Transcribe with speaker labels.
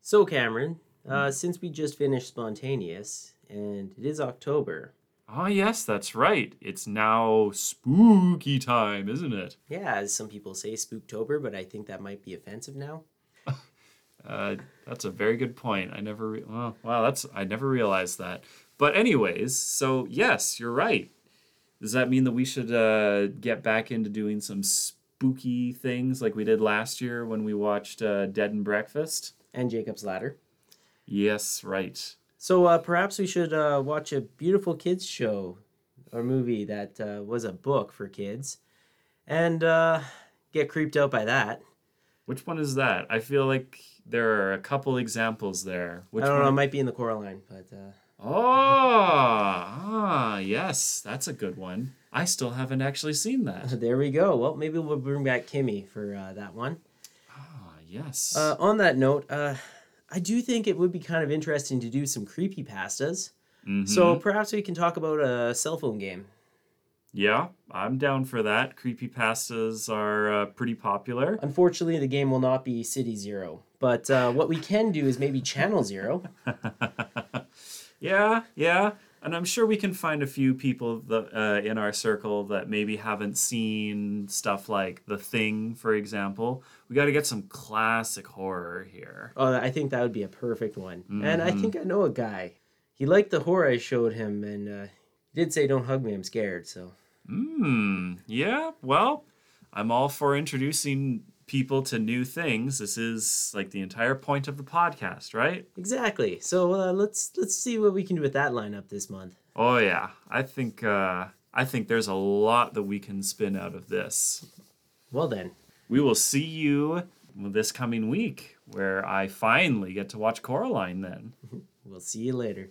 Speaker 1: So, Cameron,
Speaker 2: Mm-hmm.
Speaker 1: uh, since we just finished Spontaneous, and it is October,
Speaker 2: Ah, yes, that's right. It's now spooky time, isn't it?
Speaker 1: yeah, as some people say, Spooktober, but I think that might be offensive now.
Speaker 2: Uh, that's a very good point. I never re- well, wow, that's I never realized that. But anyways, so yes, you're right. Does that mean that we should uh, get back into doing some spooky things like we did last year when we watched uh, Dead and Breakfast?
Speaker 1: And Jacob's Ladder.
Speaker 2: Yes, right.
Speaker 1: So, uh, perhaps we should uh, watch a beautiful kids' show or movie that uh, was a book for kids and uh, get creeped out by that.
Speaker 2: Which one is that? I feel like there are a couple examples there. Which
Speaker 1: I don't
Speaker 2: one?
Speaker 1: know, it might be in the Coraline, but. Uh,
Speaker 2: Oh, ah, yes, that's a good one. I still haven't actually seen that.
Speaker 1: there we go. Well, maybe we'll bring back Kimmy for uh, that one.
Speaker 2: Ah, yes.
Speaker 1: Uh, on that note, uh, I do think it would be kind of interesting to do some creepy pastas. So perhaps we can talk about a cell phone game.
Speaker 2: yeah, I'm down for that. Creepy pastas are uh, pretty popular.
Speaker 1: Unfortunately, the game will not be City Zero, but uh, what we can do is maybe Channel Zero.
Speaker 2: Yeah, yeah, and I'm sure we can find a few people that, uh, in our circle that maybe haven't seen stuff like The Thing, for example. We got to get some classic horror here.
Speaker 1: Oh, I think that would be a perfect one. And I think I know a guy. He liked the horror I showed him, and uh, he did say, "Don't hug me, I'm scared." So
Speaker 2: Hmm. Yeah. Well, I'm all for introducing people to new things. This is like the entire point of the podcast, right?
Speaker 1: exactly. So uh, let's let's see what we can do with that lineup this month.
Speaker 2: Oh yeah. I think uh, I think there's a lot that we can spin out of this.
Speaker 1: Well then,
Speaker 2: We will see you this coming week, where I finally get to watch Coraline. Then.
Speaker 1: we'll see you later.